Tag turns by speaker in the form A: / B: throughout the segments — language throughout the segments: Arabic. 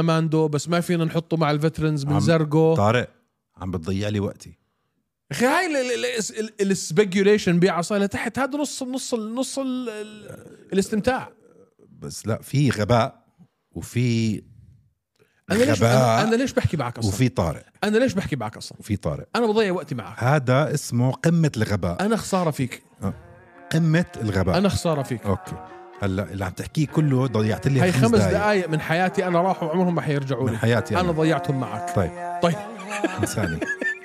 A: ماندو بس ما فينا نحطه مع الفترنز من
B: عم- طيب.
A: زرقو
B: طارق عم بتضيع لي وقتي
A: اخي هاي ال- ال- ال- ال- السبيكيوليشن بيعصا لتحت هذا نص نص ال- نص ال- ال- الاستمتاع
B: بس لا في غباء وفي
A: انا ليش
B: غباء.
A: انا أنا ليش بحكي معك اصلا
B: وفي طارق
A: انا ليش بحكي معك اصلا
B: وفي طارق
A: انا بضيع وقتي معك
B: هذا اسمه قمة الغباء
A: انا خساره فيك
B: قمة الغباء
A: انا خساره فيك
B: اوكي هلا اللي عم تحكيه كله ضيعت لي
A: هاي خمس
B: دقايق
A: دقائق من حياتي انا راحوا عمرهم ما حيرجعوا
B: من
A: لي
B: حياتي
A: انا
B: انا
A: ضيعتهم معك
B: طيب
A: طيب
B: انساني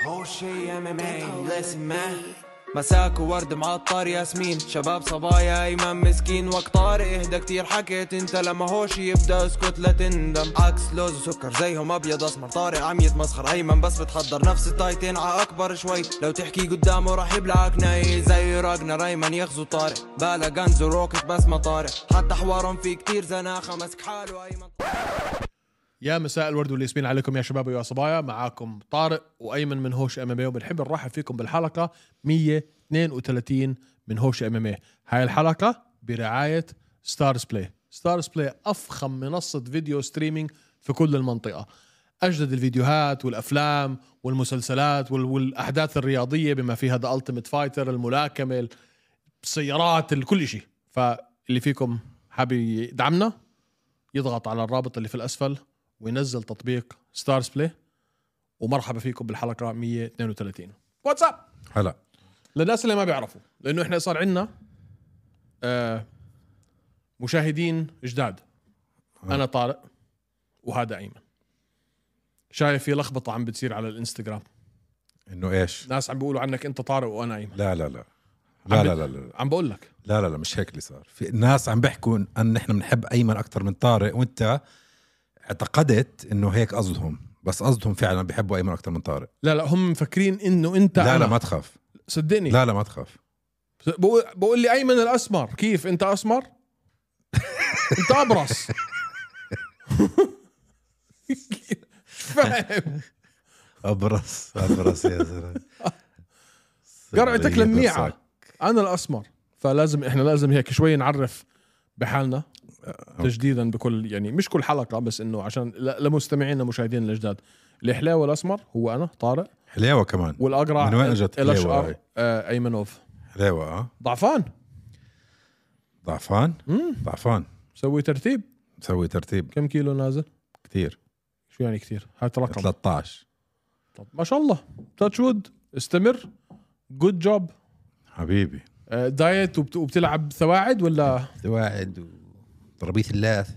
C: هوشي ام ام اي listen man مساك وورد معطر ياسمين شباب صبايا ايمن مسكين وقت طارق اهدى كتير حكيت انت لما هوش يبدا اسكت لا تندم عكس لوز وسكر زيهم ابيض اسمر طارق عم يتمسخر ايمن بس بتحضر نفس التايتين ع اكبر شوي لو تحكي قدامه راح يبلعك ناي زي راجنا ريمان يغزو طارق بالا غنز وروكت بس ما طارق حتى حوارهم في كتير زناخه مسك حاله ايمن
A: يا مساء الورد والياسمين عليكم يا شباب ويا صبايا معاكم طارق وايمن من هوش ام ام اي وبنحب نرحب فيكم بالحلقه 132 من هوش ام ام اي هاي الحلقه برعايه ستارز بلاي ستارز بلاي افخم منصه فيديو ستريمينج في كل المنطقه اجدد الفيديوهات والافلام والمسلسلات وال- والاحداث الرياضيه بما فيها ذا التيمت فايتر الملاكمه السيارات ال- كل شيء فاللي فيكم حابب يدعمنا يضغط على الرابط اللي في الاسفل وينزل تطبيق ستارز بلاي ومرحبا فيكم بالحلقه 132 واتساب
B: هلا
A: للناس اللي ما بيعرفوا لانه احنا صار عندنا آه مشاهدين جداد
B: آه.
A: انا طارق وهذا ايمن شايف في لخبطه عم بتصير على الانستغرام
B: انه ايش
A: ناس عم بيقولوا عنك انت طارق وانا ايمن
B: لا لا لا لا
A: عم
B: لا
A: بت-
B: لا لا
A: عم بقول لك
B: لا لا لا مش هيك اللي صار في ناس عم بيحكوا ان نحن بنحب ايمن اكثر من طارق وانت اعتقدت انه هيك قصدهم بس قصدهم فعلا بيحبوا ايمن اكثر من طارق
A: لا لا هم مفكرين انه انت
B: لا
A: أنا.
B: لا ما تخاف
A: صدقني
B: لا لا ما تخاف
A: بقول بقول لي ايمن الاسمر كيف انت اسمر انت ابرص فاهم
B: ابرص ابرص يا زلمه
A: قرعتك لميعه
B: برصاك.
A: انا الاسمر فلازم احنا لازم هيك شوي نعرف بحالنا
B: آه،
A: تجديدا بكل يعني مش كل حلقه بس انه عشان ل- لمستمعينا مشاهدينا الجداد الحلاوه الاسمر هو انا طارق
B: حلاوه كمان
A: والاقرع
B: من وين اجت
A: الاشقر
B: حلاوه
A: آه، ايمنوف
B: حلاوه اه
A: ضعفان
B: ضعفان ضعفان
A: سوي ترتيب
B: مسوي ترتيب
A: كم كيلو نازل
B: كثير
A: شو يعني كثير هات رقم
B: 13
A: طب ما شاء الله تاتش وود استمر جود جوب
B: حبيبي
A: دايت وبت- وبتلعب سواعد ولا
B: واعد و طربيه اللاث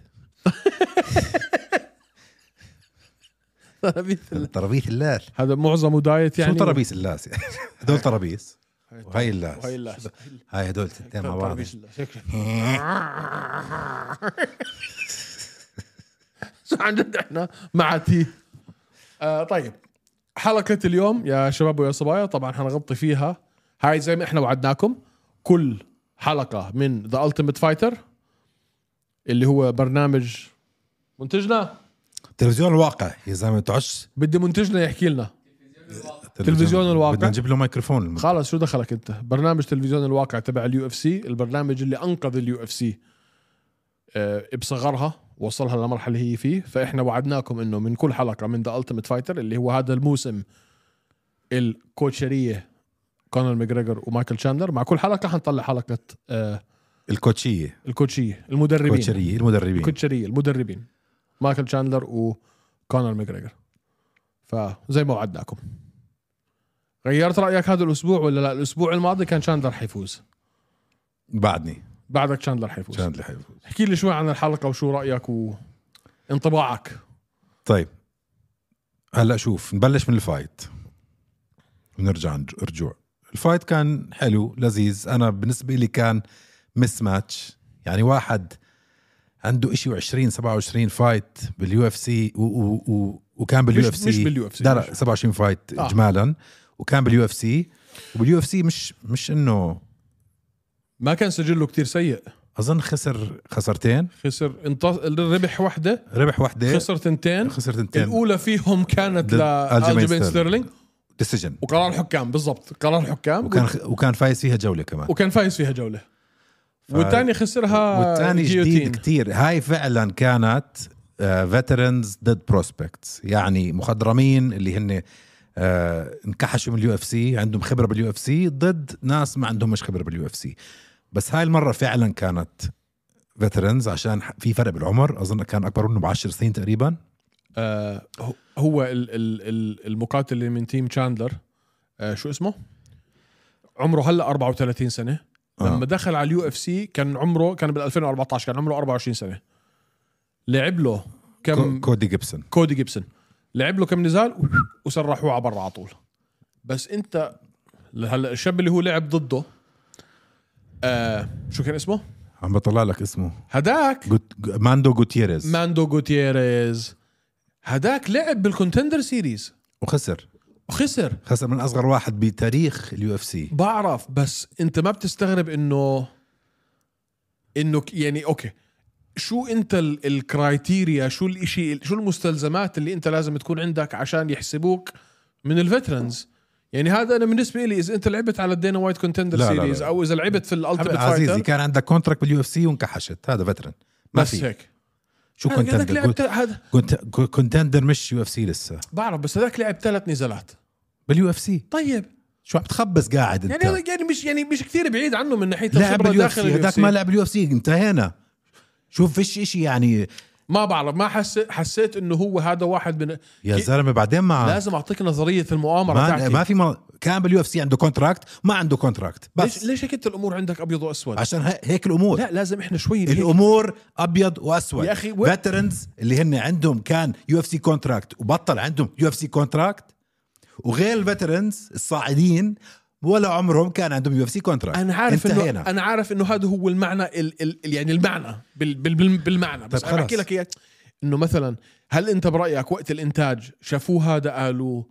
B: طرابيس اللاث
A: هذا معظمه دايت
B: يعني
A: يعني
B: شو طرابيس اللاث يعني؟ هدول طرابيس وهي اللاث
A: وهي اللاث.
B: هاي هدول الثنتين مع بعض
A: طرابيس الله، شكرا. شو عن جد احنا مع تي آه طيب حلقة اليوم يا شباب ويا صبايا طبعا حنغطي فيها هاي زي ما احنا وعدناكم كل حلقة من ذا التيمت فايتر اللي هو برنامج منتجنا
B: تلفزيون الواقع يا زلمه تعش
A: بدي منتجنا يحكي لنا تلفزيون الواقع.
B: بدنا نجيب له مايكروفون الم-
A: خلص شو دخلك انت برنامج تلفزيون الواقع تبع اليو اف سي البرنامج اللي انقذ اليو اف سي آه، بصغرها وصلها للمرحله اللي هي فيه فاحنا وعدناكم انه من كل حلقه من ذا التيمت فايتر اللي هو هذا الموسم الكوتشريه كونر ماجريجر ومايكل شاندر مع كل حلقه حنطلع حلقه آه،
B: الكوتشيه
A: الكوتشيه المدربين
B: الكوتشريه المدربين
A: الكوتشريه المدربين مايكل شاندلر وكونر ماجريجر فزي ما وعدناكم غيرت رايك هذا الاسبوع ولا لا الاسبوع الماضي كان شاندلر حيفوز
B: بعدني
A: بعدك شاندلر حيفوز
B: عشان اللي حيفوز
A: احكي لي شوي عن الحلقه وشو رايك وانطباعك
B: طيب هلا شوف نبلش من الفايت ونرجع عن رجوع الفايت كان حلو لذيذ انا بالنسبه لي كان مس ماتش يعني واحد عنده شيء و20 27 فايت باليو اف سي وكان باليو اف
A: مش
B: سي
A: مش باليو اف سي
B: لا لا 27 فايت
A: آه.
B: آه. اجمالا وكان باليو اف سي وباليو اف سي مش مش انه
A: ما كان سجله كتير سيء
B: اظن خسر خسرتين
A: خسر انت... ربح وحده
B: ربح وحده
A: خسر تنتين
B: خسر تنتين
A: الاولى فيهم كانت
B: ضد ألجيمين
A: لالجيمين ستيرلينج
B: ديسيجن
A: وقرار حكام بالضبط قرار حكام
B: وكان وكان فايز فيها جوله كمان
A: وكان فايز فيها جوله ف... والثاني خسرها
B: والثاني
A: جيوتين.
B: جديد كتير هاي فعلا كانت آه، فيترنز ضد بروسبكتس يعني مخضرمين اللي هن آه، انكحشوا من اليو اف سي عندهم خبره باليو اف سي ضد ناس ما عندهم مش خبره باليو اف سي بس هاي المره فعلا كانت فيترنز عشان ح- في فرق بالعمر اظن كان اكبر منه ب 10 سنين تقريبا
A: آه هو- هو ال ال ال المقاتل اللي من تيم تشاندلر آه شو اسمه؟ عمره هلا 34 سنه لما
B: آه.
A: دخل على اليو اف سي كان عمره كان بال 2014 كان عمره 24 سنه لعب له
B: كو-
A: كم
B: كودي جيبسون
A: كودي جيبسون لعب له كم نزال وسرحوه على برا على طول بس انت هلا الشاب اللي هو لعب ضده آه شو كان اسمه؟
B: عم بطلع لك اسمه
A: هداك
B: جوت... جو- ماندو غوتيريز
A: ماندو جوتيريز هداك لعب بالكونتندر سيريز
B: وخسر
A: وخسر
B: خسر من اصغر واحد بتاريخ اليو اف سي
A: بعرف بس انت ما بتستغرب انه انه ك- يعني اوكي شو انت ال- الكرايتيريا شو الاشي شو المستلزمات اللي انت لازم تكون عندك عشان يحسبوك من الفترنز يعني هذا انا بالنسبه لي اذا انت لعبت على الدينا وايت كونتندر
B: لا، لا، لا.
A: سيريز او اذا لعبت في الالتيميت
B: عزيزي
A: فايتر
B: كان عندك كونتراكت باليو اف سي وانكحشت هذا فترن ما
A: بس
B: في
A: هيك يعني
B: شو
A: هذاك
B: كونتندر
A: لعب هذا
B: كونتندر مش يو اف سي لسه
A: بعرف بس هذاك لعب ثلاث نزالات
B: باليو اف سي
A: طيب
B: شو عم تخبص قاعد انت
A: يعني هذا يعني مش يعني مش كثير بعيد عنه من ناحيه
B: لعب
A: الخبره
B: باليو اف
A: داخل
B: سي
A: ال UFC.
B: هذاك ما لعب اليو اف سي انتهينا شوف فيش اشي يعني
A: ما بعرف ما حسيت حسيت انه هو هذا واحد من
B: يا
A: كي-
B: زلمه بعدين ما
A: لازم اعطيك نظريه المؤامره
B: ما,
A: تاعتي
B: ما في مر... كان باليو اف سي عنده كونتراكت ما عنده كونتراكت
A: ليش
B: بس
A: ليش هيك انت الامور عندك ابيض واسود
B: عشان هي- هيك الامور
A: لا لازم احنا شوي هيك.
B: الامور ابيض واسود
A: يا
B: يا
A: أخي،
B: اخي
A: و-
B: فيترنز اللي هن عندهم كان يو اف سي كونتراكت وبطل عندهم يو اف سي كونتراكت وغير الفيترنز الصاعدين ولا عمرهم كان عندهم يو اف سي كونتراكت
A: انا عارف انه
B: انتهينا
A: انا عارف انه هذا هو المعنى ال ال يعني المعنى بال بال بال بالمعنى بس
B: طيب
A: انا
B: خلاص.
A: بحكي لك اياه انه مثلا هل انت برايك وقت الانتاج شافوه هذا قالوا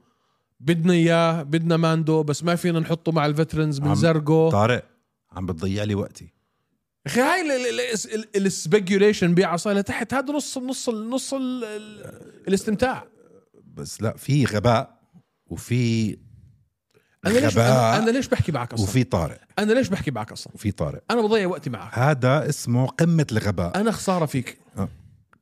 A: بدنا اياه بدنا ماندو بس ما فينا نحطه مع الفترنز من
B: عم-
A: زرقو
B: طارق عم بتضيع لي وقتي
A: اخي هاي ال- ال- ال- ال- السبيكيوليشن بيعصا لتحت هذا نص نص نص ال- ال- الاستمتاع
B: بس لا في غباء وفي
A: انا ليش
B: غباء.
A: انا, أنا ليش بحكي معك اصلا
B: وفي طارق
A: انا ليش بحكي معك اصلا
B: وفي طارق
A: انا بضيع وقتي معك
B: هذا اسمه قمه الغباء
A: انا خساره فيك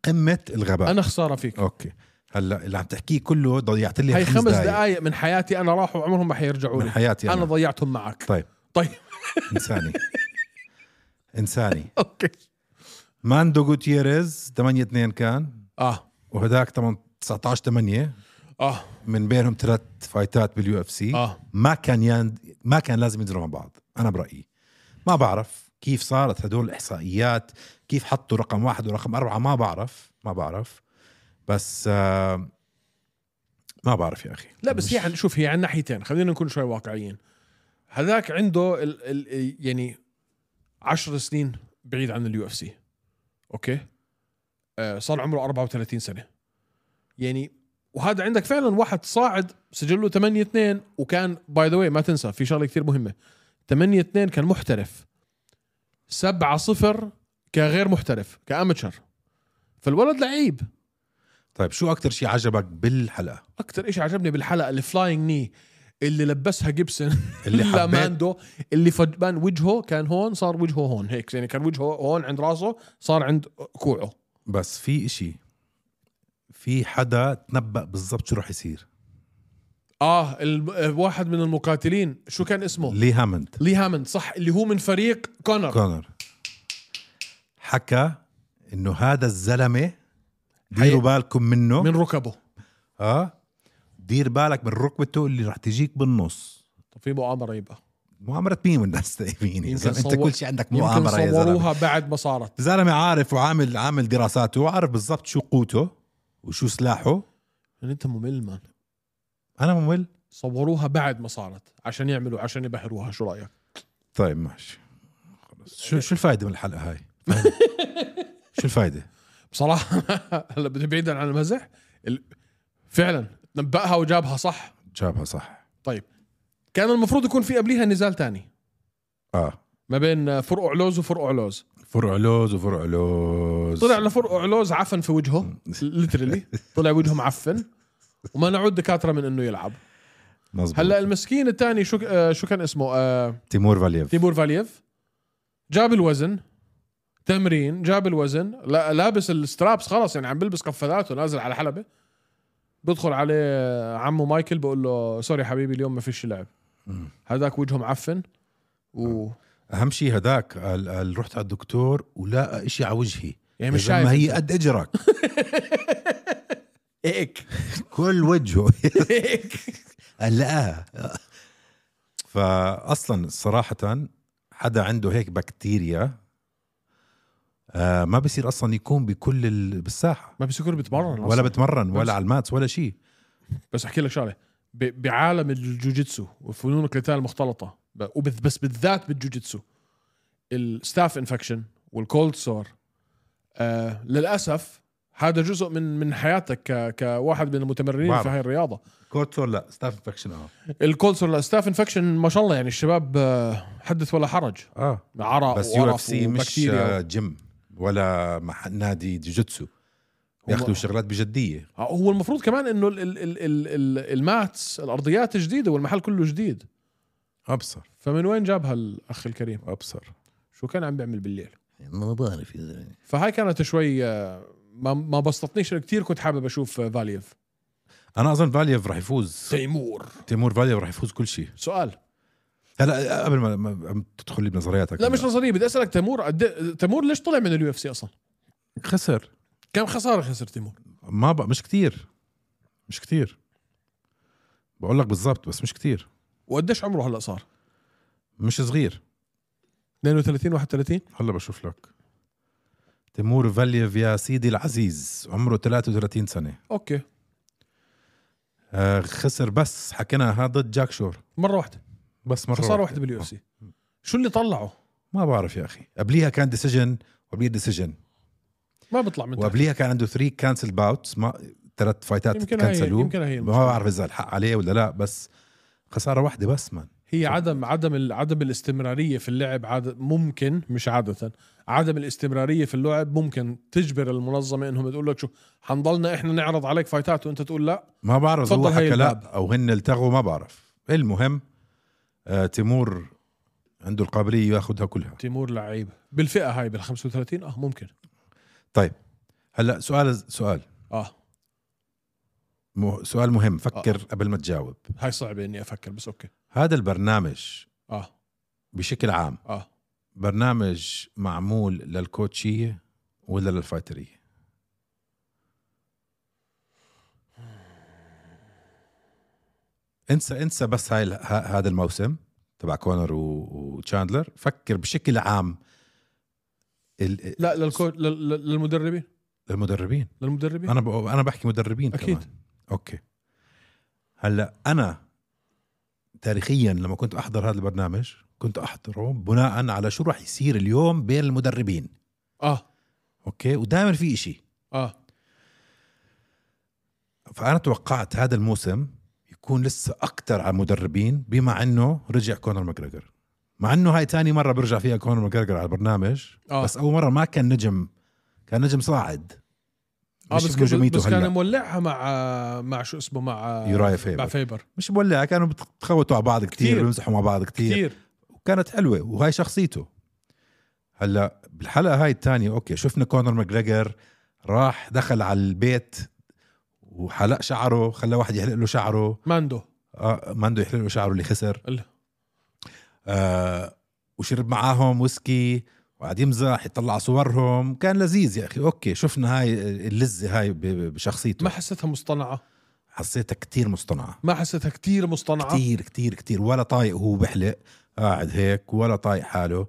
B: قمه الغباء
A: انا خساره فيك
B: اوكي هلا اللي عم تحكيه كله ضيعت لي
A: هاي خمس دقائق من حياتي انا راحوا عمرهم ما حيرجعوا
B: من
A: لي
B: حياتي
A: انا
B: انا
A: ضيعتهم معك
B: طيب
A: طيب
B: انساني انساني
A: اوكي
B: ماندو غوتيريز 8 2 كان
A: اه
B: وهداك 8 19 8
A: اه
B: من بينهم ثلاث فايتات باليو اف سي
A: اه
B: ما كان يند... ما كان لازم ينزلوا مع بعض انا برايي ما بعرف كيف صارت هدول الاحصائيات كيف حطوا رقم واحد ورقم اربعه ما بعرف ما بعرف بس آه ما بعرف يا اخي
A: لا بس هي عن- شوف هي عن ناحيتين خلينا نكون شوي واقعيين هذاك عنده ال ال يعني عشر سنين بعيد عن اليو اف سي اوكي آه صار عمره 34 سنه يعني وهذا عندك فعلا واحد صاعد سجله 8 2 وكان باي ذا واي ما تنسى في شغله كثير مهمه 8 2 كان محترف 7 0 كغير محترف كامتشر فالولد لعيب
B: طيب شو اكثر شيء عجبك بالحلقه
A: اكثر شيء عجبني بالحلقه الفلاينج ني اللي لبسها جيبسون
B: اللي
A: اللي
B: حبيت
A: ماندو اللي فجبان وجهه كان هون صار وجهه هون هيك يعني كان وجهه هون عند راسه صار عند كوعه
B: بس في إشي في حدا تنبأ بالضبط شو رح يصير
A: اه ال- واحد من المقاتلين شو كان اسمه
B: لي هامند
A: لي هامند صح اللي هو من فريق كونر
B: كونر حكى انه هذا الزلمه ديروا بالكم منه
A: من ركبه
B: اه دير بالك من ركبته اللي رح تجيك بالنص
A: طب في مؤامره يبقى
B: مؤامرة مين من الناس تأمين يا
A: يمكن
B: زلمة؟ انت
A: صور-
B: كل شيء عندك
A: يمكن
B: مؤامرة يا زلمة
A: صوروها بعد ما صارت
B: زلمة عارف وعامل عامل دراساته وعارف بالضبط شو قوته وشو سلاحه
A: يعني انت ممل مان
B: انا ممل
A: صوروها بعد ما صارت عشان يعملوا عشان يبهروها شو رايك
B: طيب ماشي خلص شو شو الفائدة من الحلقة هاي شو الفائدة
A: بصراحه هلا بدي بعيدا عن المزح ال- فعلا نبأها وجابها صح طيب،
B: جابها صح
A: كان المفروض يكون في قبليها نزال تاني
B: اه
A: ما بين فرقع لوز وفرقع لوز
B: فرع لوز وفرع لوز
A: طلع لفرقع لوز عفن في وجهه ليترلي طلع وجهه معفن وما نعود دكاتره من انه يلعب
B: مزبوط.
A: هلا المسكين الثاني شو آه شو كان اسمه آه
B: تيمور فاليف
A: تيمور فاليف جاب الوزن تمرين جاب الوزن لا لابس السترابس خلص يعني عم بلبس قفازات ونازل على حلبه بدخل عليه عمه مايكل بقول له سوري حبيبي اليوم ما فيش لعب
B: مم.
A: هذاك وجهه معفن و
B: اهم شيء هداك قال, قال رحت على الدكتور ولقى إشي على وجهي
A: يعني مش
B: ما
A: شايف
B: هي قد اجرك
A: هيك
B: كل وجهه
A: هيك
B: قال لقاها فاصلا صراحه حدا عنده هيك بكتيريا آه ما بصير اصلا يكون بكل ال... بالساحه
A: ما بيسكر بتمرن
B: ولا بتمرن
A: بس-
B: ولا على الماتس ولا شيء
A: بس احكي لك شغله ب- بعالم الجوجيتسو وفنون القتال المختلطه ب- وبس بس بالذات بالجوجيتسو الستاف انفكشن والكولد سور آه للاسف هذا جزء من من حياتك ك كواحد من المتمرنين
B: بعرف.
A: في هاي الرياضه
B: كورتور لا ستاف انفكشن اه
A: الكولد سور ستاف انفكشن ما شاء الله يعني الشباب آه، حدث ولا حرج
B: اه
A: عرق
B: بس يو اف
A: وقرف
B: سي مش
A: آه. وبكتيريا
B: آه، جيم ولا مح... نادي جوجيتسو بياخذوا شغلات بجديه
A: آه، هو المفروض كمان انه ال- ال- ال- ال- ال- الماتس الارضيات جديده والمحل كله جديد
B: ابصر
A: فمن وين جابها الاخ الكريم
B: ابصر
A: شو كان عم بيعمل بالليل
B: يعني ما بعرف يا زلمه
A: فهاي كانت شوي آه، ما ما بسطتنيش كثير كنت حابب اشوف آه، فاليف
B: انا اظن فاليف رح يفوز
A: تيمور
B: تيمور فاليف رح يفوز كل شيء
A: سؤال
B: هلا قبل ما- ما ما تدخل لي بنظرياتك
A: لا مش نظريه بدي اسالك تيمور قد إيه، تيمور ليش طلع من اليو اف سي اصلا
B: خسر
A: كم خساره خسر تيمور
B: ما بق... مش كتير مش كتير بقول لك بالضبط بس مش كتير
A: وقديش عمره هلا صار
B: مش صغير
A: 32 31
B: هلا بشوف لك تيمور فاليف يا سيدي العزيز عمره 33 سنه
A: اوكي
B: آه خسر بس حكيناها ضد جاك شور
A: مره واحده
B: بس مره
A: خساره واحده باليو اف سي شو اللي طلعه
B: ما بعرف يا اخي قبليها كان ديسيجن وقبليها ديسيجن
A: ما بيطلع من تحت
B: وقبليها كان عنده 3 كانسل باوتس ما ثلاث فايتات
A: يمكن هي
B: كانسلوه
A: يمكن هي
B: ما
A: المشكلة.
B: بعرف اذا الحق عليه ولا لا بس خساره واحده بس مان
A: هي عدم عدم ال- عدم الاستمراريه في اللعب عاد ممكن مش عاده عدم الاستمراريه في اللعب ممكن تجبر المنظمه انهم تقول لك شو حنضلنا احنا نعرض عليك فايتات وانت تقول لا
B: ما بعرف
A: تفضل
B: هو
A: هاي
B: حكى
A: الباب.
B: لا او هن التغوا ما بعرف المهم آه تيمور عنده القابليه ياخذها كلها
A: تيمور لعيب بالفئه هاي بال 35 اه ممكن
B: طيب هلا سؤال سؤال
A: اه
B: مه- سؤال مهم
A: آه.
B: فكر قبل ما تجاوب
A: هاي صعبه اني افكر بس اوكي
B: هذا البرنامج
A: اه
B: بشكل عام
A: اه
B: برنامج معمول للكوتشيه ولا للفايتريه انسى انسى بس هاي ه- هذا الموسم تبع كونر و- وتشاندلر فكر بشكل عام ال-
A: لا للكو... لل... لل- للمدربين
B: المدربين
A: للمدربين
B: انا ب- انا بحكي مدربين
A: أكيد.
B: كمان. اوكي هلا انا تاريخيا لما كنت احضر هذا البرنامج كنت احضره بناء على شو راح يصير اليوم بين المدربين
A: اه
B: اوكي ودائما في إشي
A: اه
B: فانا توقعت هذا الموسم يكون لسه اكثر على المدربين بما انه رجع كونر ماجريجر مع انه هاي تاني مره برجع فيها كونر ماجريجر على البرنامج
A: آه.
B: آه. بس اول مره ما كان نجم كان نجم صاعد
A: اه بس كان
B: نجوميته
A: بس كان
B: هلأ.
A: مولعها مع مع شو اسمه مع
B: يورايا
A: مع
B: فيبر
A: فيبر
B: مش مولع كانوا بتخوتوا على بعض
A: كتير.
B: كثير بيمزحوا مع بعض كثير
A: كثير
B: وكانت حلوه وهاي شخصيته هلا بالحلقه هاي الثانيه اوكي شفنا كونر ماجريجر راح دخل على البيت وحلق شعره خلى واحد يحلق له شعره
A: ماندو
B: آه ماندو يحلق له شعره اللي خسر
A: ال-
B: آه وشرب معاهم ويسكي وقعد يمزح يطلع صورهم كان لذيذ يا اخي اوكي شفنا هاي اللذه هاي ب- ب- بشخصيته
A: ما حسيتها مصطنعه
B: حسيتها كتير مصطنعه
A: ما حسيتها كتير مصطنعه
B: كتير كتير كتير ولا طايق هو بحلق قاعد هيك ولا طايق حاله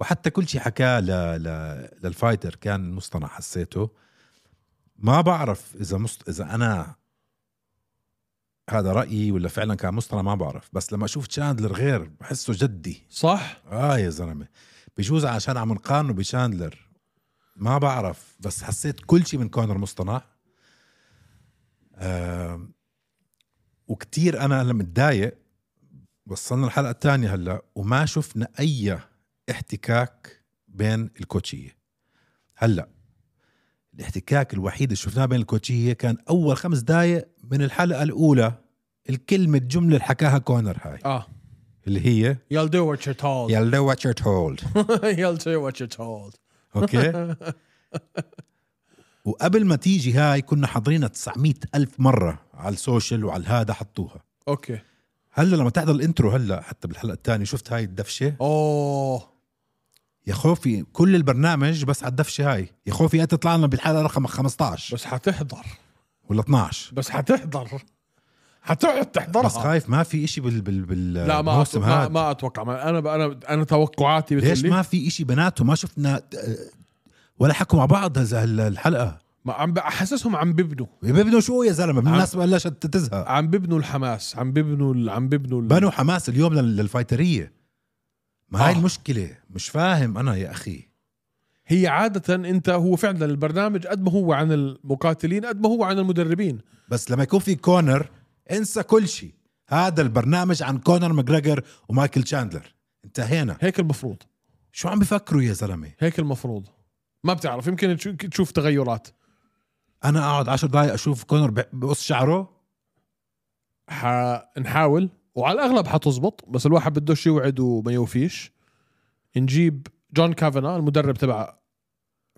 B: وحتى كل شيء حكاه ل... ل... للفايتر كان مصطنع حسيته ما بعرف اذا مصط... اذا انا هذا رايي ولا فعلا كان مصطنع ما بعرف بس لما اشوف تشاندلر غير بحسه جدي
A: صح
B: اه يا زلمه بجوز عشان عم نقارنه بشاندلر ما بعرف بس حسيت كل شيء من كونر مصطنع آه وكتير انا هلا متضايق وصلنا الحلقه الثانيه هلا وما شفنا اي احتكاك بين الكوتشيه هلا الاحتكاك الوحيد اللي شفناه بين الكوتشيه كان اول خمس دقائق من الحلقه الاولى الكلمه الجمله اللي حكاها كونر هاي
A: اه
B: اللي هي
A: يل دو وات يور تولد
B: يلا واتشر هولد
A: يل دو وات يور تولد
B: اوكي وقبل ما تيجي هاي كنا حاضرينها 900 ألف مرة على السوشيال وعلى الهذا حطوها
A: اوكي
B: هلا لما تحضر الانترو هلا حتى بالحلقة الثانية شفت هاي الدفشة
A: اوه
B: يا خوفي كل البرنامج بس على الدفشة هاي يا خوفي يا تطلع لنا بالحلقة رقم 15
A: بس حتحضر
B: ولا 12
A: بس حتحضر حتقعد تحضرها
B: بس خايف ما في إشي بال بال بال
A: لا ما
B: بالموسم
A: أتوقع ما,
B: هاد.
A: ما اتوقع ما انا انا انا توقعاتي
B: ليش
A: بتقول لي-
B: ما في إشي بناتهم ما شفنا آه، ولا حكوا مع بعض هذا هال- الحلقة
A: ما عم ب- حاسسهم عم ببنوا
B: بيبنوا شو يا زلمة بالناس بلشت تزهق
A: عم ببنوا الحماس عم ببنوا ال- عم ببنوا ال-
B: بنوا حماس اليوم لل- للفايترية ما هاي
A: آه.
B: المشكلة مش فاهم أنا يا أخي
A: هي عادة انت هو فعلا البرنامج قد ما هو عن المقاتلين قد ما هو عن المدربين
B: بس لما يكون في كونر انسى كل شيء هذا البرنامج عن كونر ماجريجر ومايكل تشاندلر انتهينا
A: هيك المفروض
B: شو عم بفكروا يا زلمه
A: هيك المفروض ما بتعرف يمكن تشو- تشوف تغيرات
B: انا اقعد عشر دقائق اشوف كونر بق- بقص شعره
A: حنحاول وعلى الاغلب حتزبط بس الواحد بدوش يوعد وما يوفيش نجيب جون كافانا المدرب تبع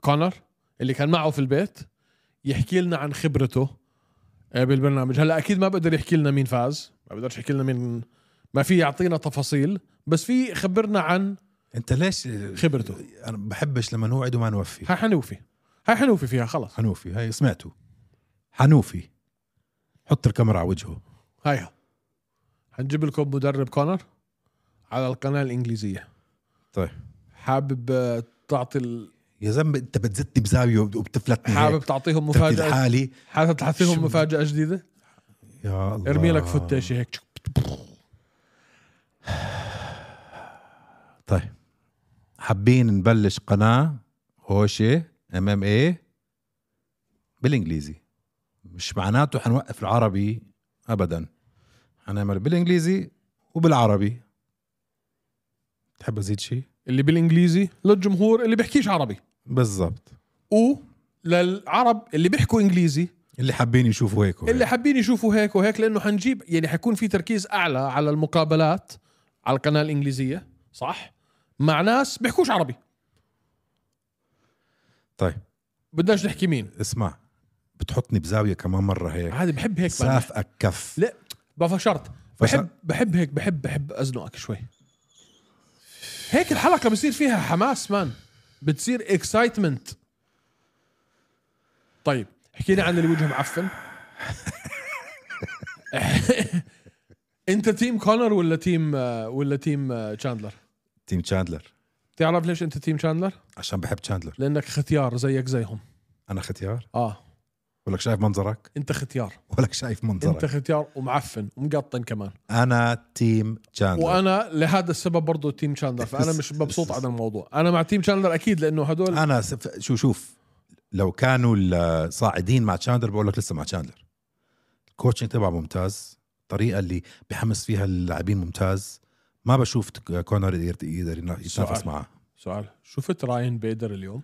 A: كونر اللي كان معه في البيت يحكي لنا عن خبرته آه، بالبرنامج هلا اكيد ما بقدر يحكي لنا مين فاز ما بقدرش يحكي لنا مين ما في يعطينا تفاصيل بس في خبرنا عن
B: انت ليش
A: خبرته
B: انا بحبش لما نوعد وما نوفي
A: هاي حنوفي هاي حنوفي فيها خلص
B: حنوفي هاي سمعته حنوفي حط الكاميرا على وجهه
A: هايها حنجيب لكم مدرب كونر على القناه الانجليزيه
B: طيب
A: حابب آه، تعطي ال...
B: يا زلمه انت بتزتني بزاويه وبتفلتني
A: حابب تعطيهم
B: مفاجاه
A: مفاجاه
B: حالي
A: حابب
B: شو- آه.
A: تعطيهم مفاجاه جديده
B: يا الله
A: ارمي لك فوتيشي هيك
B: طيب حابين نبلش قناة هوشة ام ام اي بالانجليزي مش معناته حنوقف العربي ابدا حنعمل بالانجليزي وبالعربي تحب ازيد شيء
A: اللي بالانجليزي للجمهور اللي بيحكيش عربي
B: بالضبط
A: و للعرب اللي بيحكوا انجليزي
B: اللي حابين يشوفوا هيك
A: اللي حابين يشوفوا هيك وهيك لانه حنجيب يعني حيكون في تركيز اعلى على المقابلات على القناه الانجليزيه صح مع ناس بيحكوش عربي
B: طيب
A: بدناش نحكي مين
B: اسمع بتحطني بزاوية كمان مرة هيك
A: عادي بحب هيك بعدين.
B: سافقك كف
A: لا بفشرت
B: فش-
A: بحب بحب هيك بحب بحب ازنقك شوي هيك الحلقه بصير فيها حماس مان بتصير اكسايتمنت طيب حكينا عن اللي وجهه معفن انت تيم كونر ولا تيم ولا تيم تشاندلر
B: تيم تشاندلر
A: تعرف ليش انت تيم تشاندلر
B: عشان بحب تشاندلر
A: لانك ختيار زيك زيهم
B: انا ختيار
A: اه
B: ولك شايف منظرك
A: انت ختيار
B: ولك شايف
A: انت
B: منظرك
A: ختيار ومعفن ومقطن كمان
B: انا تيم تشاندلر
A: وانا لهذا السبب برضو تيم تشاندلر فانا مش مبسوط على الموضوع انا مع تيم تشاندلر اكيد لانه هدول
B: انا سف... شو شوف لو كانوا الصاعدين مع تشاندلر بقول لك لسه مع تشاندلر الكوتشنج تبعه ممتاز الطريقه اللي بحمس فيها اللاعبين ممتاز ما بشوف تك- كونر يقدر يقدر ينا- يتنافس
A: سؤال.
B: معه
A: سؤال شفت راين بيدر اليوم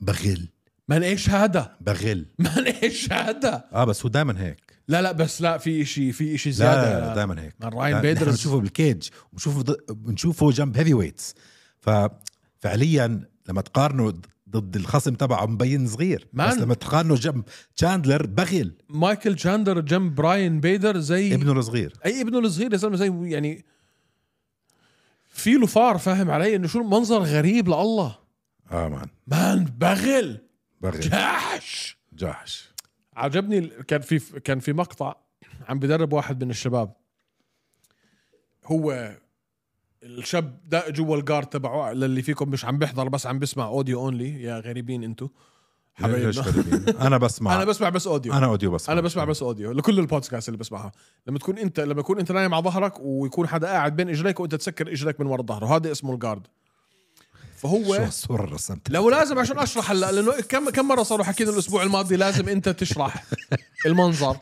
B: بغل
A: من ايش هذا
B: بغل
A: من ايش هذا
B: اه بس هو دائما هيك
A: لا لا بس لا في اشي في اشي
B: لا,
A: زياده
B: لا دائما هيك
A: من راين
B: لا،
A: بيدرز.
B: نحن بنشوفه بالكيج وبنشوفه ضد- بنشوفه جنب هيفي ويتس ففعليا لما تقارنه ضد- ضد الخصم تبعه مبين صغير بس
A: مان.
B: لما تقارنه جنب تشاندلر بغل
A: مايكل جاندر جنب براين بيدر زي
B: ابنه الصغير
A: اي ابنه الصغير يا زلمه زي يعني في له فار فاهم علي انه شو منظر غريب لله
B: اه مان
A: مان بغل
B: بغل
A: جحش
B: جاحش
A: عجبني ال- كان في كان في مقطع عم بدرب واحد من الشباب هو الشاب ده جوا الجار تبعه للي فيكم مش عم بيحضر بس عم بسمع اوديو اونلي يا غريبين انتو
B: ليش
A: حبايبنا
B: غريبين؟ انا بسمع
A: انا بسمع بس اوديو
B: انا اوديو بسمع
A: انا بسمع بس اوديو لكل البودكاست اللي بسمعها لما تكون انت لما يكون انت نايم على ظهرك ويكون حدا قاعد بين اجريك وانت تسكر اجريك من ورا ظهره هذا اسمه الجارد
B: شو
A: فهو
B: الصورة اللي رسمتها
A: لو لازم عشان اشرح هلا لانه كم كم مره صاروا حكينا الاسبوع الماضي لازم انت تشرح المنظر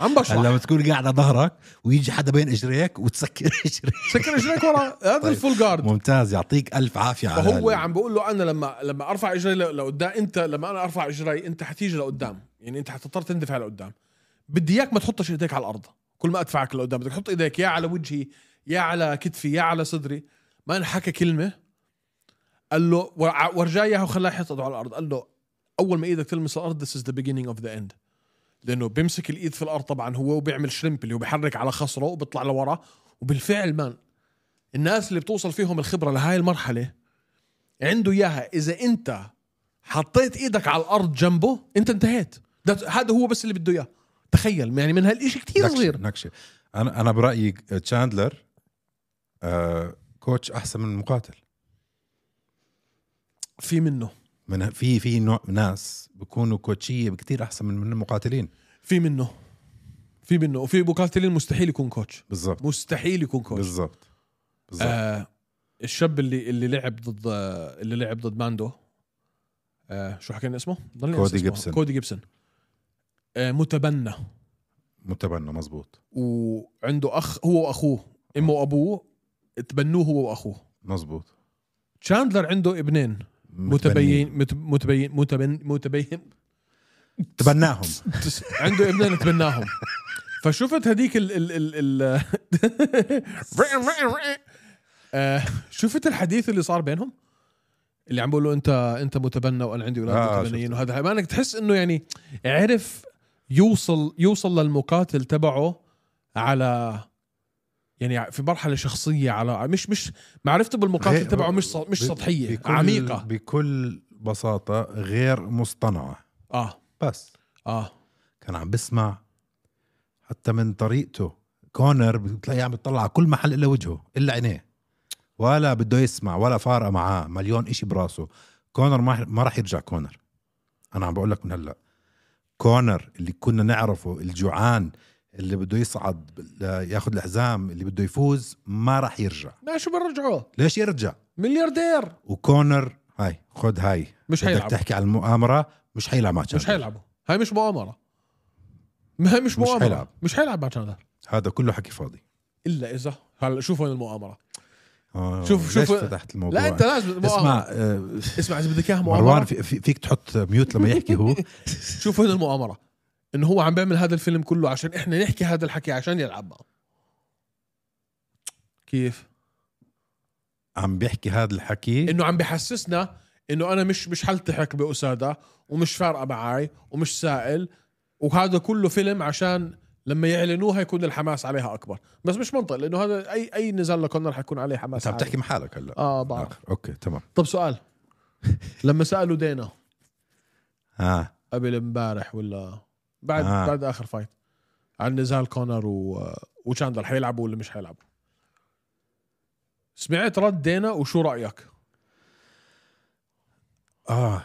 A: عم
B: هلا
A: بشرح
B: لما تكون قاعد على ظهرك ويجي حدا بين اجريك وتسكر اجريك
A: سكر رجليك ورا هذا الفول جارد
B: ممتاز يعطيك الف عافيه على
A: فهو
B: ال-
A: عم بقول له انا لما لما ارفع اجري ل- لقدام انت لما انا ارفع اجري انت حتيجي لقدام يعني انت حتضطر تندفع لقدام بدي اياك ما تحطش ايديك على الارض كل ما ادفعك لقدام بدك تحط ايديك يا على وجهي يا على كتفي يا على صدري ما انحكى كلمه قال له ورع- ورجاه اياها وخلاه يحطه على الارض قال له اول ما ايدك تلمس الارض this is the beginning of the end لانه بيمسك الايد في الارض طبعا هو وبيعمل شريمب اللي هو بيحرك على خصره وبيطلع لورا وبالفعل مان الناس اللي بتوصل فيهم الخبره لهاي المرحله عنده اياها اذا انت حطيت ايدك على الارض جنبه انت انتهيت ده هذا هو بس اللي بده اياه تخيل يعني من هالشيء كثير
B: نكشة-
A: صغير
B: نكشة انا انا برايي تشاندلر آه كوتش احسن من مقاتل
A: في منه
B: من في في نوع ناس بيكونوا كوتشيه كثير احسن من من المقاتلين
A: في منه في منه وفي مقاتلين مستحيل يكون كوتش
B: بالضبط
A: مستحيل يكون كوتش
B: بالضبط بالضبط
A: آه الشاب اللي اللي لعب ضد آه، اللي لعب ضد ماندو آه شو حكينا اسمه؟ ضلني
B: كودي
A: أنسى اسمه.
B: جيبسون.
A: كودي جيبسون آه متبنى
B: متبنى مزبوط
A: وعنده اخ هو واخوه امه وابوه تبنوه هو واخوه
B: مزبوط
A: تشاندلر عنده ابنين متبين مت- متبين متبين متبين
B: تبناهم
A: تس- عنده ابنين تبناهم فشفت هذيك ال ال ال ال آه، شفت الحديث اللي صار بينهم اللي عم بيقولوا انت انت متبنى وانا عندي اولاد
B: آه،
A: متبنيين وهذا ما انك تحس انه يعني عرف يوصل يوصل للمقاتل تبعه على يعني في مرحله شخصيه على مش مش معرفته بالمقاتل
B: غير-
A: تبعه مش سط- مش
B: ب-
A: سطحيه
B: بكل-
A: عميقه
B: بكل بساطه غير مصطنعه
A: اه
B: بس
A: اه
B: كان عم بسمع حتى من طريقته كونر بتلاقيه عم بيطلع على كل محل الا وجهه الا عينيه ولا بده يسمع ولا فارقه معاه مليون إشي براسه كونر ما ما راح يرجع كونر انا عم بقول لك من هلا كونر اللي كنا نعرفه الجوعان اللي بده يصعد بال- ياخذ الحزام اللي بده يفوز ما راح يرجع
A: ما شو بنرجعوه
B: ليش يرجع
A: ملياردير
B: وكونر هاي خد هاي
A: مش
B: بدك
A: حيلعب.
B: تحكي عن المؤامره مش حيلعب مع
A: مش
B: تشاندلر.
A: حيلعبوا هاي مش مؤامره ما هي مش
B: مش
A: مؤامره
B: حيلعب.
A: مش حيلعب مع تشاندلر
B: هذا كله حكي فاضي
A: الا اذا هلا شوف وين المؤامره
B: آه،
A: شوف-
B: ليش
A: شوف-
B: فتحت الموضوع
A: لا انت لازم مؤامره
B: اسمع آه،
A: اسمع اذا بدك اياها
B: مروان
A: مؤامره
B: في في- فيك تحط ميوت لما يحكي هو
A: شوف وين المؤامره انه هو عم بيعمل هذا الفيلم كله عشان احنا نحكي هذا الحكي عشان يلعب معه كيف
B: عم بيحكي هذا الحكي
A: انه عم بحسسنا انه انا مش مش حلتحق باساده ومش فارقه معاي ومش سائل وهذا كله فيلم عشان لما يعلنوها يكون الحماس عليها اكبر بس مش منطق لانه هذا اي اي نزال لكونر حيكون عليه حماس
B: انت عم
A: عالي.
B: تحكي آه. مع حالك هلا
A: اه بعرف
B: بالآخر. اوكي تمام
A: طب سؤال لما سالوا دينا
B: اه
A: قبل امبارح ولا بعد
B: آه.
A: آه. بعد اخر فايت عن نزال كونر و... وشاندلر حيلعبوا ولا مش حيلعبوا سمعت رد دينا وشو رايك؟
B: اه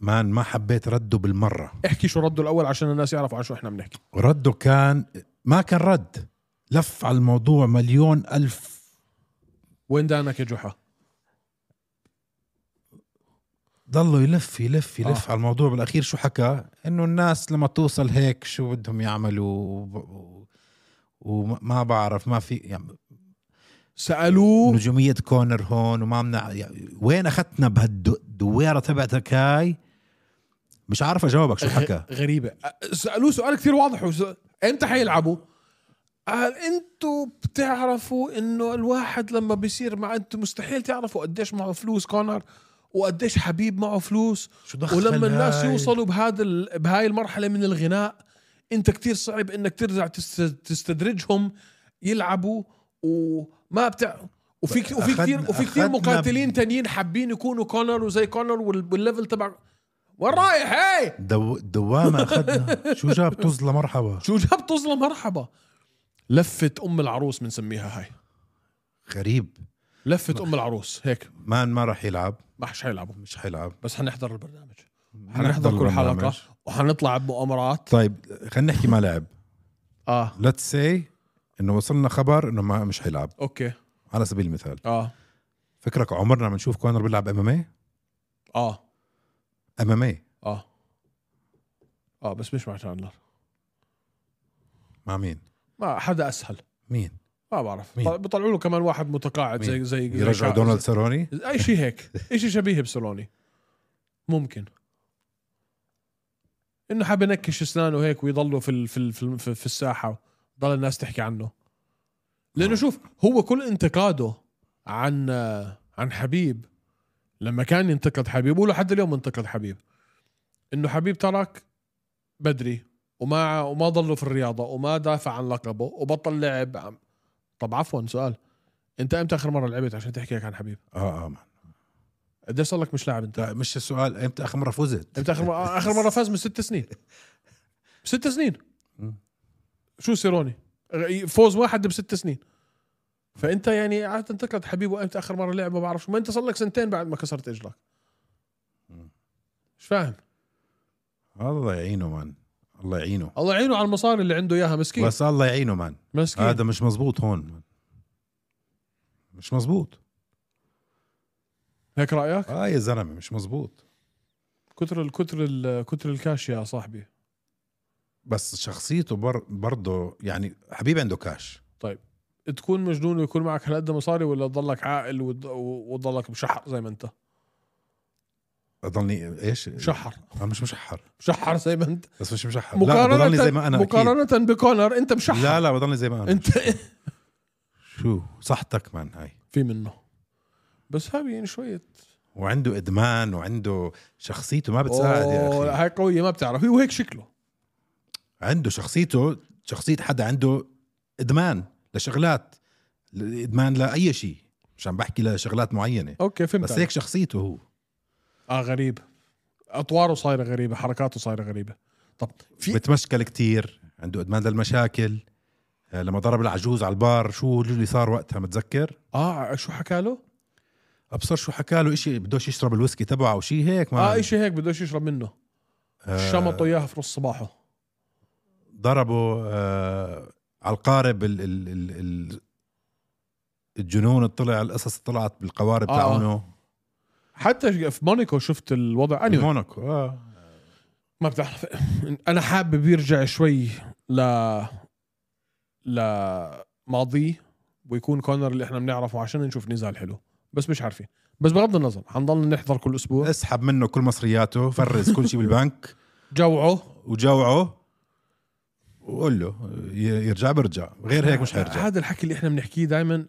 B: مان ما حبيت رده بالمره
A: احكي شو رده الاول عشان الناس يعرفوا عن شو احنا بنحكي
B: رده كان ما كان رد لف على الموضوع مليون الف
A: وين دانك يا جحا؟
B: ضلوا يلف يلف يلف
A: آه.
B: على الموضوع بالاخير شو حكى انه الناس لما توصل هيك شو بدهم يعملوا وب- و- وما بعرف ما في يعني
A: سالوه
B: نجوميه كونر هون وما منع يعني وين اخذتنا بهالدويره تبعتك هاي مش عارف اجاوبك شو حكى
A: غ- غريبه أ- سالوه سؤال كثير واضح وس- امتى حيلعبوا؟ قال انتوا بتعرفوا انه الواحد لما بيصير مع انتوا مستحيل تعرفوا قديش معه فلوس كونر وقديش حبيب معه فلوس
B: شو دخل
A: ولما الناس
B: هاي؟
A: يوصلوا بهذا ال- بهاي المرحله من الغناء انت كتير صعب انك ترجع تست- تستدرجهم يلعبوا وما بتاع وفي كت- وفي
B: أخدنا-
A: كثير وفي كثير
B: أخدنا
A: مقاتلين
B: ب-
A: تانيين حابين يكونوا كونر وزي كونر وال- والليفل تبع وين رايح هاي
B: دو دوامه اخذنا شو جاب طز لمرحبا
A: شو جاب طزلة مرحبا لفة أم العروس بنسميها هاي
B: غريب
A: لفة أم العروس هيك
B: مان ما راح يلعب
A: ما حش حيلعبوا
B: مش حيلعب
A: بس حنحضر البرنامج حنحضر كل
B: البرنامج.
A: حلقة وحنطلع بمؤامرات
B: طيب خلينا نحكي ما لعب
A: اه
B: ليتس سي انه وصلنا خبر انه ما مش حيلعب
A: اوكي
B: على سبيل المثال
A: اه
B: فكرك عمرنا بنشوف كونر بيلعب إيه؟ ام ام
A: اه
B: ام ام
A: اه اه بس مش مع تشاندلر
B: مع مين
A: ما حدا اسهل
B: مين
A: ما بعرف
B: مين؟
A: طل- بيطلعوا له كمان واحد متقاعد
B: مين؟
A: زي زي زي
B: يرجعوا
A: كا-
B: دونالد ساروني
A: زي- اي شيء هيك شيء شبيه بسلوني ممكن انه حاب ينكش اسنانه هيك ويضلوا في ال- في ال- في, ال- في, في الساحه ضل الناس تحكي عنه لانه شوف هو كل انتقاده عن عن حبيب لما كان ينتقد حبيب ولحد اليوم ينتقد حبيب انه حبيب ترك بدري وما وما ضله في الرياضه وما دافع عن لقبه وبطل لعب عم- طب عفوا سؤال انت امتى اخر مره لعبت عشان تحكي لك عن حبيب؟
B: اه اه مان.
A: قديش صار لك مش لاعب انت؟
B: لا، مش السؤال امتى اخر مره فزت
A: امتى اخر مره اخر مره آه، فاز من ست سنين ست سنين
B: مم.
A: شو سيروني فوز واحد بست سنين فانت يعني قعدت تنتقد حبيب وامتى اخر مره لعب ما بعرف شو ما انت صار لك سنتين بعد ما كسرت اجلك
B: مم.
A: مش فاهم
B: الله يعينه مان الله يعينه
A: الله يعينه على المصاري اللي عنده اياها مسكين
B: بس الله يعينه مان
A: مسكين
B: هذا مش مزبوط هون مان. مش مزبوط
A: هيك رايك
B: اه يا زلمه مش مزبوط
A: كتر ال- كتر ال- كتر الكاش يا صاحبي
B: بس شخصيته بر... برضه يعني حبيب عنده كاش
A: تكون مجنون ويكون معك هالقد مصاري ولا تضلك عاقل وت- وتضلك مشحر زي ما انت
B: اضلني ايش
A: مشحر
B: انا آه، مش مشحر
A: مشحر زي ما انت
B: بس مش مشحر لا بضلني
A: مقارنه
B: زي ما انا أكيد.
A: مقارنه بكونر انت مشحر
B: لا لا بضلني زي ما انا
A: انت
B: شو صحتك مان هاي
A: في منه بس هاي يعني شويه
B: وعنده ادمان وعنده شخصيته ما بتساعد يا
A: أوه،
B: اخي
A: هاي قويه ما بتعرف هو هيك شكله
B: عنده شخصيته شخصيه حدا عنده ادمان لشغلات ل- ادمان لاي شيء مش عم بحكي لشغلات معينه
A: اوكي فهمت
B: بس
A: عليك.
B: هيك شخصيته هو
A: اه غريب اطواره صايره غريبه حركاته صايره غريبه طب في
B: بتمشكل كتير عنده ادمان للمشاكل آه، لما ضرب العجوز على البار شو اللي صار وقتها متذكر
A: اه شو حكى له؟
B: ابصر شو حكى له شيء بدوش يشرب الويسكي تبعه او شيء هيك ما آه.
A: اه شيء هيك بدوش يشرب منه شمطوا اياها في نص صباحه
B: ضربوا آه على القارب ال ال ال ال الجنون طلع القصص طلعت بالقوارب
A: آه.
B: تاعونه
A: حتى ش- في مونيكو شفت الوضع anyway.
B: موناكو آه.
A: ما بتعرف انا حابب يرجع شوي ل لماضيه ويكون كونر اللي احنا بنعرفه عشان نشوف نزال حلو بس مش عارفين بس بغض النظر حنضل نحضر كل اسبوع
B: اسحب منه كل مصرياته فرز كل شيء بالبنك
A: جوعه
B: وجوعه وقول له ي- يرجع برجع غير هيك مش حيرجع
A: هذا الحكي اللي احنا بنحكيه دائما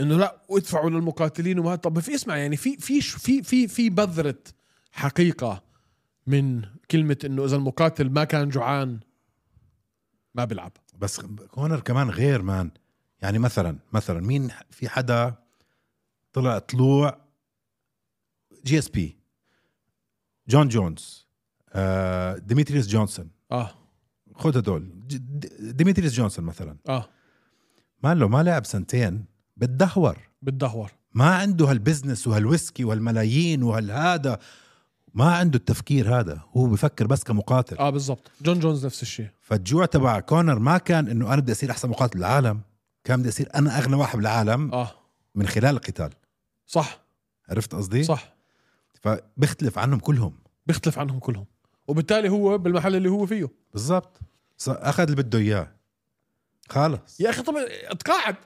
A: انه لا وادفعوا للمقاتلين وما طب في اسمع يعني في في ش- في في في بذره حقيقه من كلمه انه اذا المقاتل ما كان جوعان ما بيلعب
B: بس كونر كمان غير مان يعني مثلا مثلا مين في حدا طلع طلوع جي اس بي جون جونز آه ديمتريس جونسون
A: اه
B: خذ هدول ج- د- ديمتريس جونسون مثلا
A: اه
B: ما له ما لعب سنتين بتدهور
A: بتدهور
B: ما عنده هالبزنس وهالويسكي وهالملايين وهالهذا ما عنده التفكير هذا هو بفكر بس كمقاتل
A: اه بالضبط جون جونز نفس الشيء
B: فالجوع تبع كونر ما كان انه انا بدي اصير احسن مقاتل بالعالم كان بدي اصير انا اغنى واحد بالعالم
A: اه
B: من خلال القتال
A: صح
B: عرفت قصدي
A: صح
B: فبختلف عنهم كلهم
A: بيختلف عنهم كلهم وبالتالي هو بالمحل اللي هو فيه
B: بالضبط ص- اخذ اللي بده اياه خلص
A: يا اخي طب اتقاعد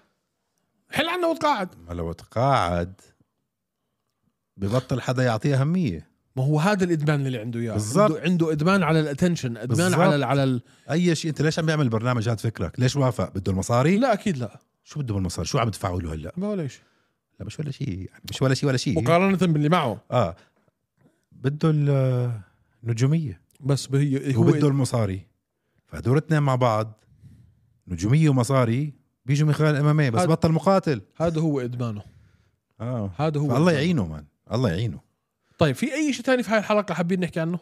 A: حل عنه وتقاعد
B: ما لو تقاعد ببطل حدا يعطيه اهميه
A: ما هو هذا الادمان اللي عنده اياه
B: بالظبط.
A: عنده, عنده ادمان على الاتنشن ادمان
B: بالظبط.
A: على ال- على ال...
B: اي شيء انت ليش عم بيعمل برنامج هذا فكرك ليش وافق بده المصاري
A: لا اكيد لا
B: شو بده بالمصاري شو عم تدفعوا له هلا
A: ما ولا شيء
B: لا مش ولا شيء يعني مش ولا شيء ولا شيء
A: مقارنه باللي معه
B: اه بده ال- النجوميه
A: بس هي هو
B: وبده المصاري فهدول اثنين مع بعض نجوميه ومصاري بيجوا من خلال الاماميه بس
A: هاد-
B: بطل مقاتل
A: هذا هو ادمانه
B: اه
A: هذا هو
B: الله
A: إدمانه.
B: يعينه مان الله يعينه
A: طيب في اي شيء ثاني في هاي الحلقه حابين نحكي عنه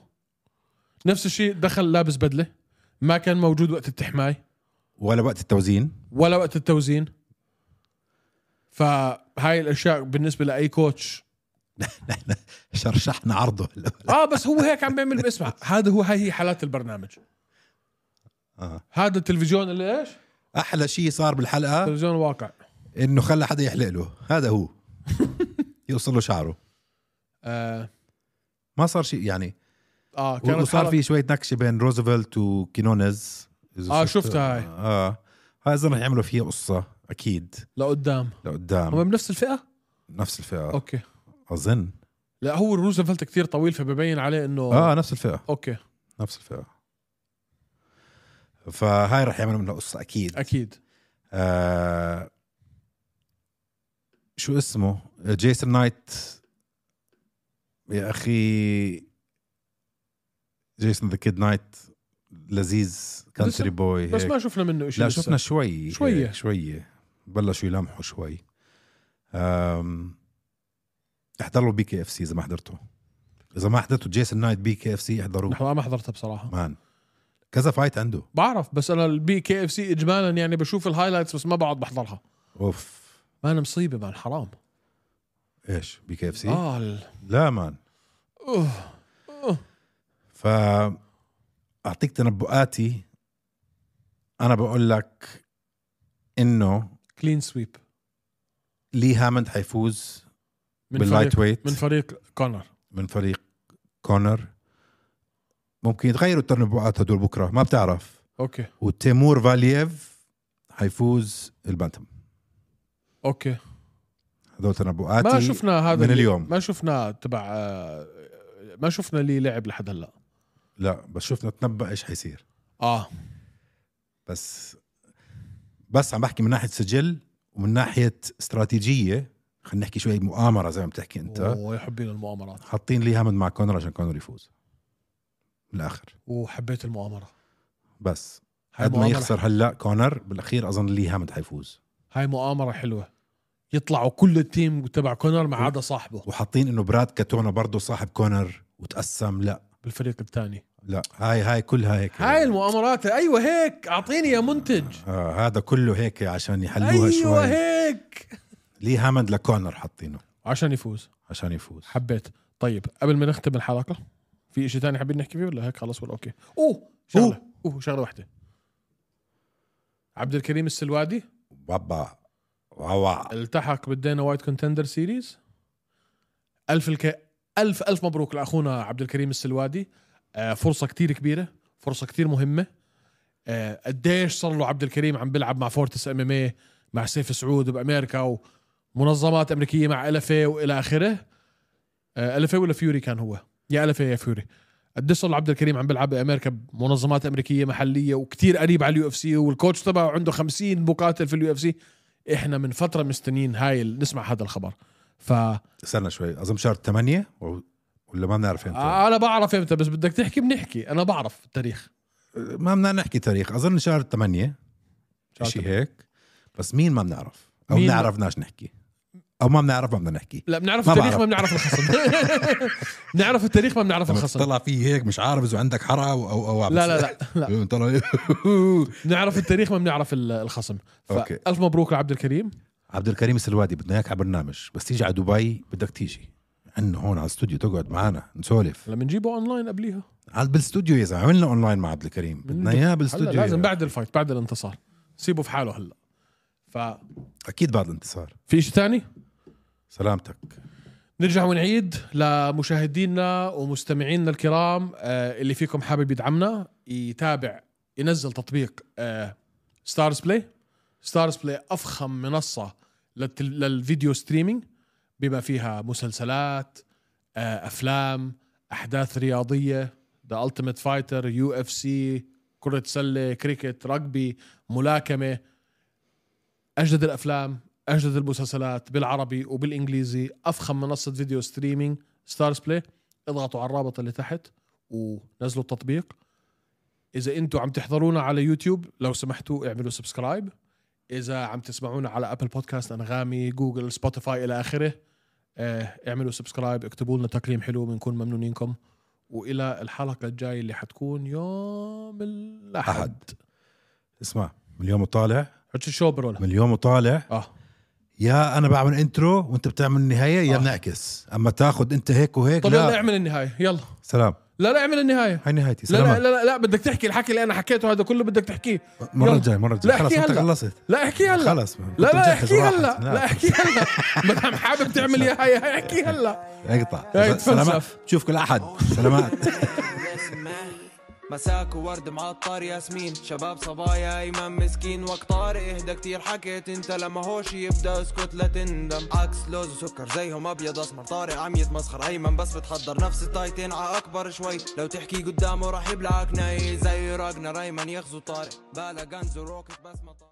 A: نفس الشيء دخل لابس بدله ما كان موجود وقت التحماي
B: ولا وقت التوزين
A: ولا وقت التوزين فهاي الاشياء بالنسبه لاي كوتش
B: شرشحنا عرضه هلا
A: اه بس هو هيك عم بيعمل اسمع هذا هو هاي هي حالات البرنامج
B: آه.
A: هذا التلفزيون اللي ايش؟
B: احلى شيء صار بالحلقه
A: تلفزيون واقع
B: انه خلى حدا يحلق له هذا هو يوصل له شعره
A: اه,
B: ما صار شيء يعني
A: آه كانت
B: وصار
A: حلقة-
B: في شويه نكشه بين روزفلت وكينونز إذا
A: آه،
B: شفت-
A: شفتها هاي.
B: اه هاي اظن رح يعملوا فيها قصه اكيد
A: لقدام هم
B: لقدام
A: بنفس الفئه؟
B: نفس الفئه
A: اوكي
B: اظن
A: لا هو روزفلت كثير طويل فببين عليه انه
B: اه نفس الفئه
A: اوكي
B: نفس الفئه فهاي رح يعملوا منها قصه اكيد
A: اكيد
B: آه شو اسمه جيسون نايت يا اخي جيسون ذا كيد نايت لذيذ كانتري بوي
A: بس ما شفنا منه شيء
B: لا شفنا شوي
A: شوية.
B: هيك شوية بلشوا يلمحوا شوي أم... احضروا بي كي اف سي اذا ما حضرته اذا ما حضرته جيسون نايت بي كي اف سي احضروه
A: نحن ما حضرتها بصراحه
B: مان كذا فايت عنده
A: بعرف بس انا البي كي اف سي اجمالا يعني بشوف الهايلايتس بس ما بقعد بحضرها
B: اوف
A: مان مصيبه مان حرام
B: ايش بي كي اف سي؟
A: اه ال-
B: لا مان
A: أوه.
B: ف اعطيك تنبؤاتي انا بقول لك انه
A: كلين سويب
B: لي هامند حيفوز
A: من
B: باللايت
A: فريق
B: ويت
A: من فريق كونر
B: من فريق كونر ممكن يتغيروا التنبؤات هدول بكره ما بتعرف
A: اوكي
B: وتيمور فالييف حيفوز البانتم
A: اوكي
B: هدول تنبؤاتي
A: ما شفنا هذا
B: من
A: اللي-
B: اليوم.
A: ما شفنا تبع آه، ما شفنا لي لعب لحد هلا
B: لا بس شفنا تنبأ ايش حيصير
A: اه
B: بس بس عم بحكي من ناحيه سجل ومن ناحيه استراتيجيه خلينا نحكي شوي مؤامره زي ما بتحكي انت
A: اوه يحبين المؤامرات
B: حاطين لي هامد مع كونر عشان كونر يفوز بالاخر
A: وحبيت المؤامره
B: بس
A: هاي
B: قد ما
A: مؤامرة-
B: يخسر هلا كونر بالاخير اظن لي هامد حيفوز
A: هاي مؤامره حلوه يطلعوا كل التيم تبع كونر ما عدا صاحبه
B: وحاطين انه براد كاتونا برضه صاحب كونر وتقسم لا
A: بالفريق الثاني
B: لا هاي هاي كلها هيك
A: هاي المؤامرات ايوه هيك اعطيني يا منتج
B: آه هذا كله هيك عشان يحلوها
A: ايوه
B: شوي
A: هيك
B: لي هامد لكونر حاطينه
A: عشان يفوز
B: عشان يفوز
A: حبيت طيب قبل ما نختم الحلقه في شيء ثاني حابين نحكي فيه ولا هيك خلص ولا اوكي اوه شغله اوه شغله واحده عبد الكريم السلوادي
B: بابا واوا
A: التحق بالدينا وايت كونتندر سيريز ألف الك... ألف ألف مبروك لأخونا عبد الكريم السلوادي آه فرصة كتير كبيرة فرصة كتير مهمة آه قديش صار له عبد الكريم عم بيلعب مع فورتس ام ام مع سيف سعود بأمريكا ومنظمات أمريكية مع ألفة وإلى آخره آه ألفة ولا فيوري كان هو يا ألفة يا فيوري قديش صار له عبد الكريم عم بيلعب بأمريكا بمنظمات أمريكية محلية وكتير قريب على اليو اف سي والكوتش تبعه عنده 50 مقاتل في اليو اف سي احنا من فتره مستنيين هاي ال- نسمع هذا الخبر ف
B: استنى شوي اظن شهر 8 ولا ما بنعرف امتى
A: انا بعرف امتى بس بدك تحكي بنحكي انا بعرف التاريخ
B: ما بدنا نحكي تاريخ اظن شهر 8
A: شهر
B: شيء
A: تمانية.
B: هيك بس مين ما بنعرف او
A: مين ما-
B: بنعرفناش نحكي او ما بنعرف ما بدنا نحكي
A: لا بنعرف
B: ما
A: التاريخ ما
B: بعرف.
A: بنعرف الخصم بنعرف التاريخ ما بنعرف
B: لما
A: الخصم
B: تطلع فيه هيك مش عارف اذا عندك حرق او او او
A: لا لا لا لا
B: طلع
A: بنعرف التاريخ ما بنعرف ال- الخصم
B: أوكي.
A: فالف مبروك لعبد الكريم
B: عبد الكريم السلوادي بدنا اياك على برنامج بس تيجي على دبي بدك تيجي عندنا هون على الاستوديو تقعد معنا نسولف
A: لما نجيبه اونلاين قبليها
B: على بالاستوديو يا زلمه عملنا اونلاين مع عبد الكريم بدنا اياه
A: هلا
B: بالاستوديو
A: لازم
B: يا-
A: بعد الفايت بعد الانتصار سيبه في حاله هلا ففي
B: اكيد بعد الانتصار
A: شيء ثاني
B: سلامتك
A: نرجع ونعيد لمشاهدينا ومستمعينا الكرام آه، اللي فيكم حابب يدعمنا يتابع ينزل تطبيق آه، ستارز بلاي ستارز بلاي افخم منصه للتل- للفيديو ستريمينج بما فيها مسلسلات آه، افلام احداث رياضيه ذا التيميت فايتر يو اف سي كره سله كريكت رugby ملاكمه اجدد الافلام اجدد المسلسلات بالعربي وبالانجليزي افخم منصه فيديو ستريمينج ستارز بلاي اضغطوا على الرابط اللي تحت ونزلوا التطبيق اذا انتم عم تحضرونا على يوتيوب لو سمحتوا اعملوا سبسكرايب اذا عم تسمعونا على ابل بودكاست انغامي جوجل سبوتيفاي الى اخره آه، اعملوا سبسكرايب اكتبوا لنا تقييم حلو بنكون ممنونينكم والى الحلقه الجايه اللي حتكون يوم الاحد
B: أحد. اسمع من اليوم وطالع
A: حط شو برولا
B: من اليوم وطالع
A: اه
B: يا انا بعمل انترو وانت بتعمل النهايه يا
A: آه.
B: بنعكس اما تاخد انت هيك وهيك
A: طب يلا
B: لا
A: اعمل النهايه يلا
B: سلام
A: لا لا اعمل النهايه
B: هاي نهايتي
A: لا
B: سلام
A: لا, لا لا لا بدك تحكي الحكي اللي انا حكيته هذا كله بدك تحكيه
B: المره
A: يلا.
B: الجايه المره
A: لا،
B: الجايه خلص
A: احكي
B: انت
A: هلا.
B: خلصت
A: لا احكي هلا
B: خلص ما-
A: لا
B: كنت
A: لا
B: مجهز
A: احكي
B: راحت.
A: هلا لا احكي هلا ما دام حابب تعمل يا هاي هاي احكي هلا
B: اقطع
A: هيك
B: سلامات
A: تفلسف.
B: بشوفكم الاحد سلامات
C: مساك وورد معطر ياسمين شباب صبايا ايمن مسكين وقت طارق اهدى كتير حكيت انت لما هوش يبدا اسكت لا تندم عكس لوز وسكر زيهم ابيض اسمر طارق عم يتمسخر ايمن بس بتحضر نفس التايتين ع اكبر شوي لو تحكي قدامه راح يبلعك ناي زي راجنا ريمان يغزو طارق بالا غنز وروكت بس ما طارق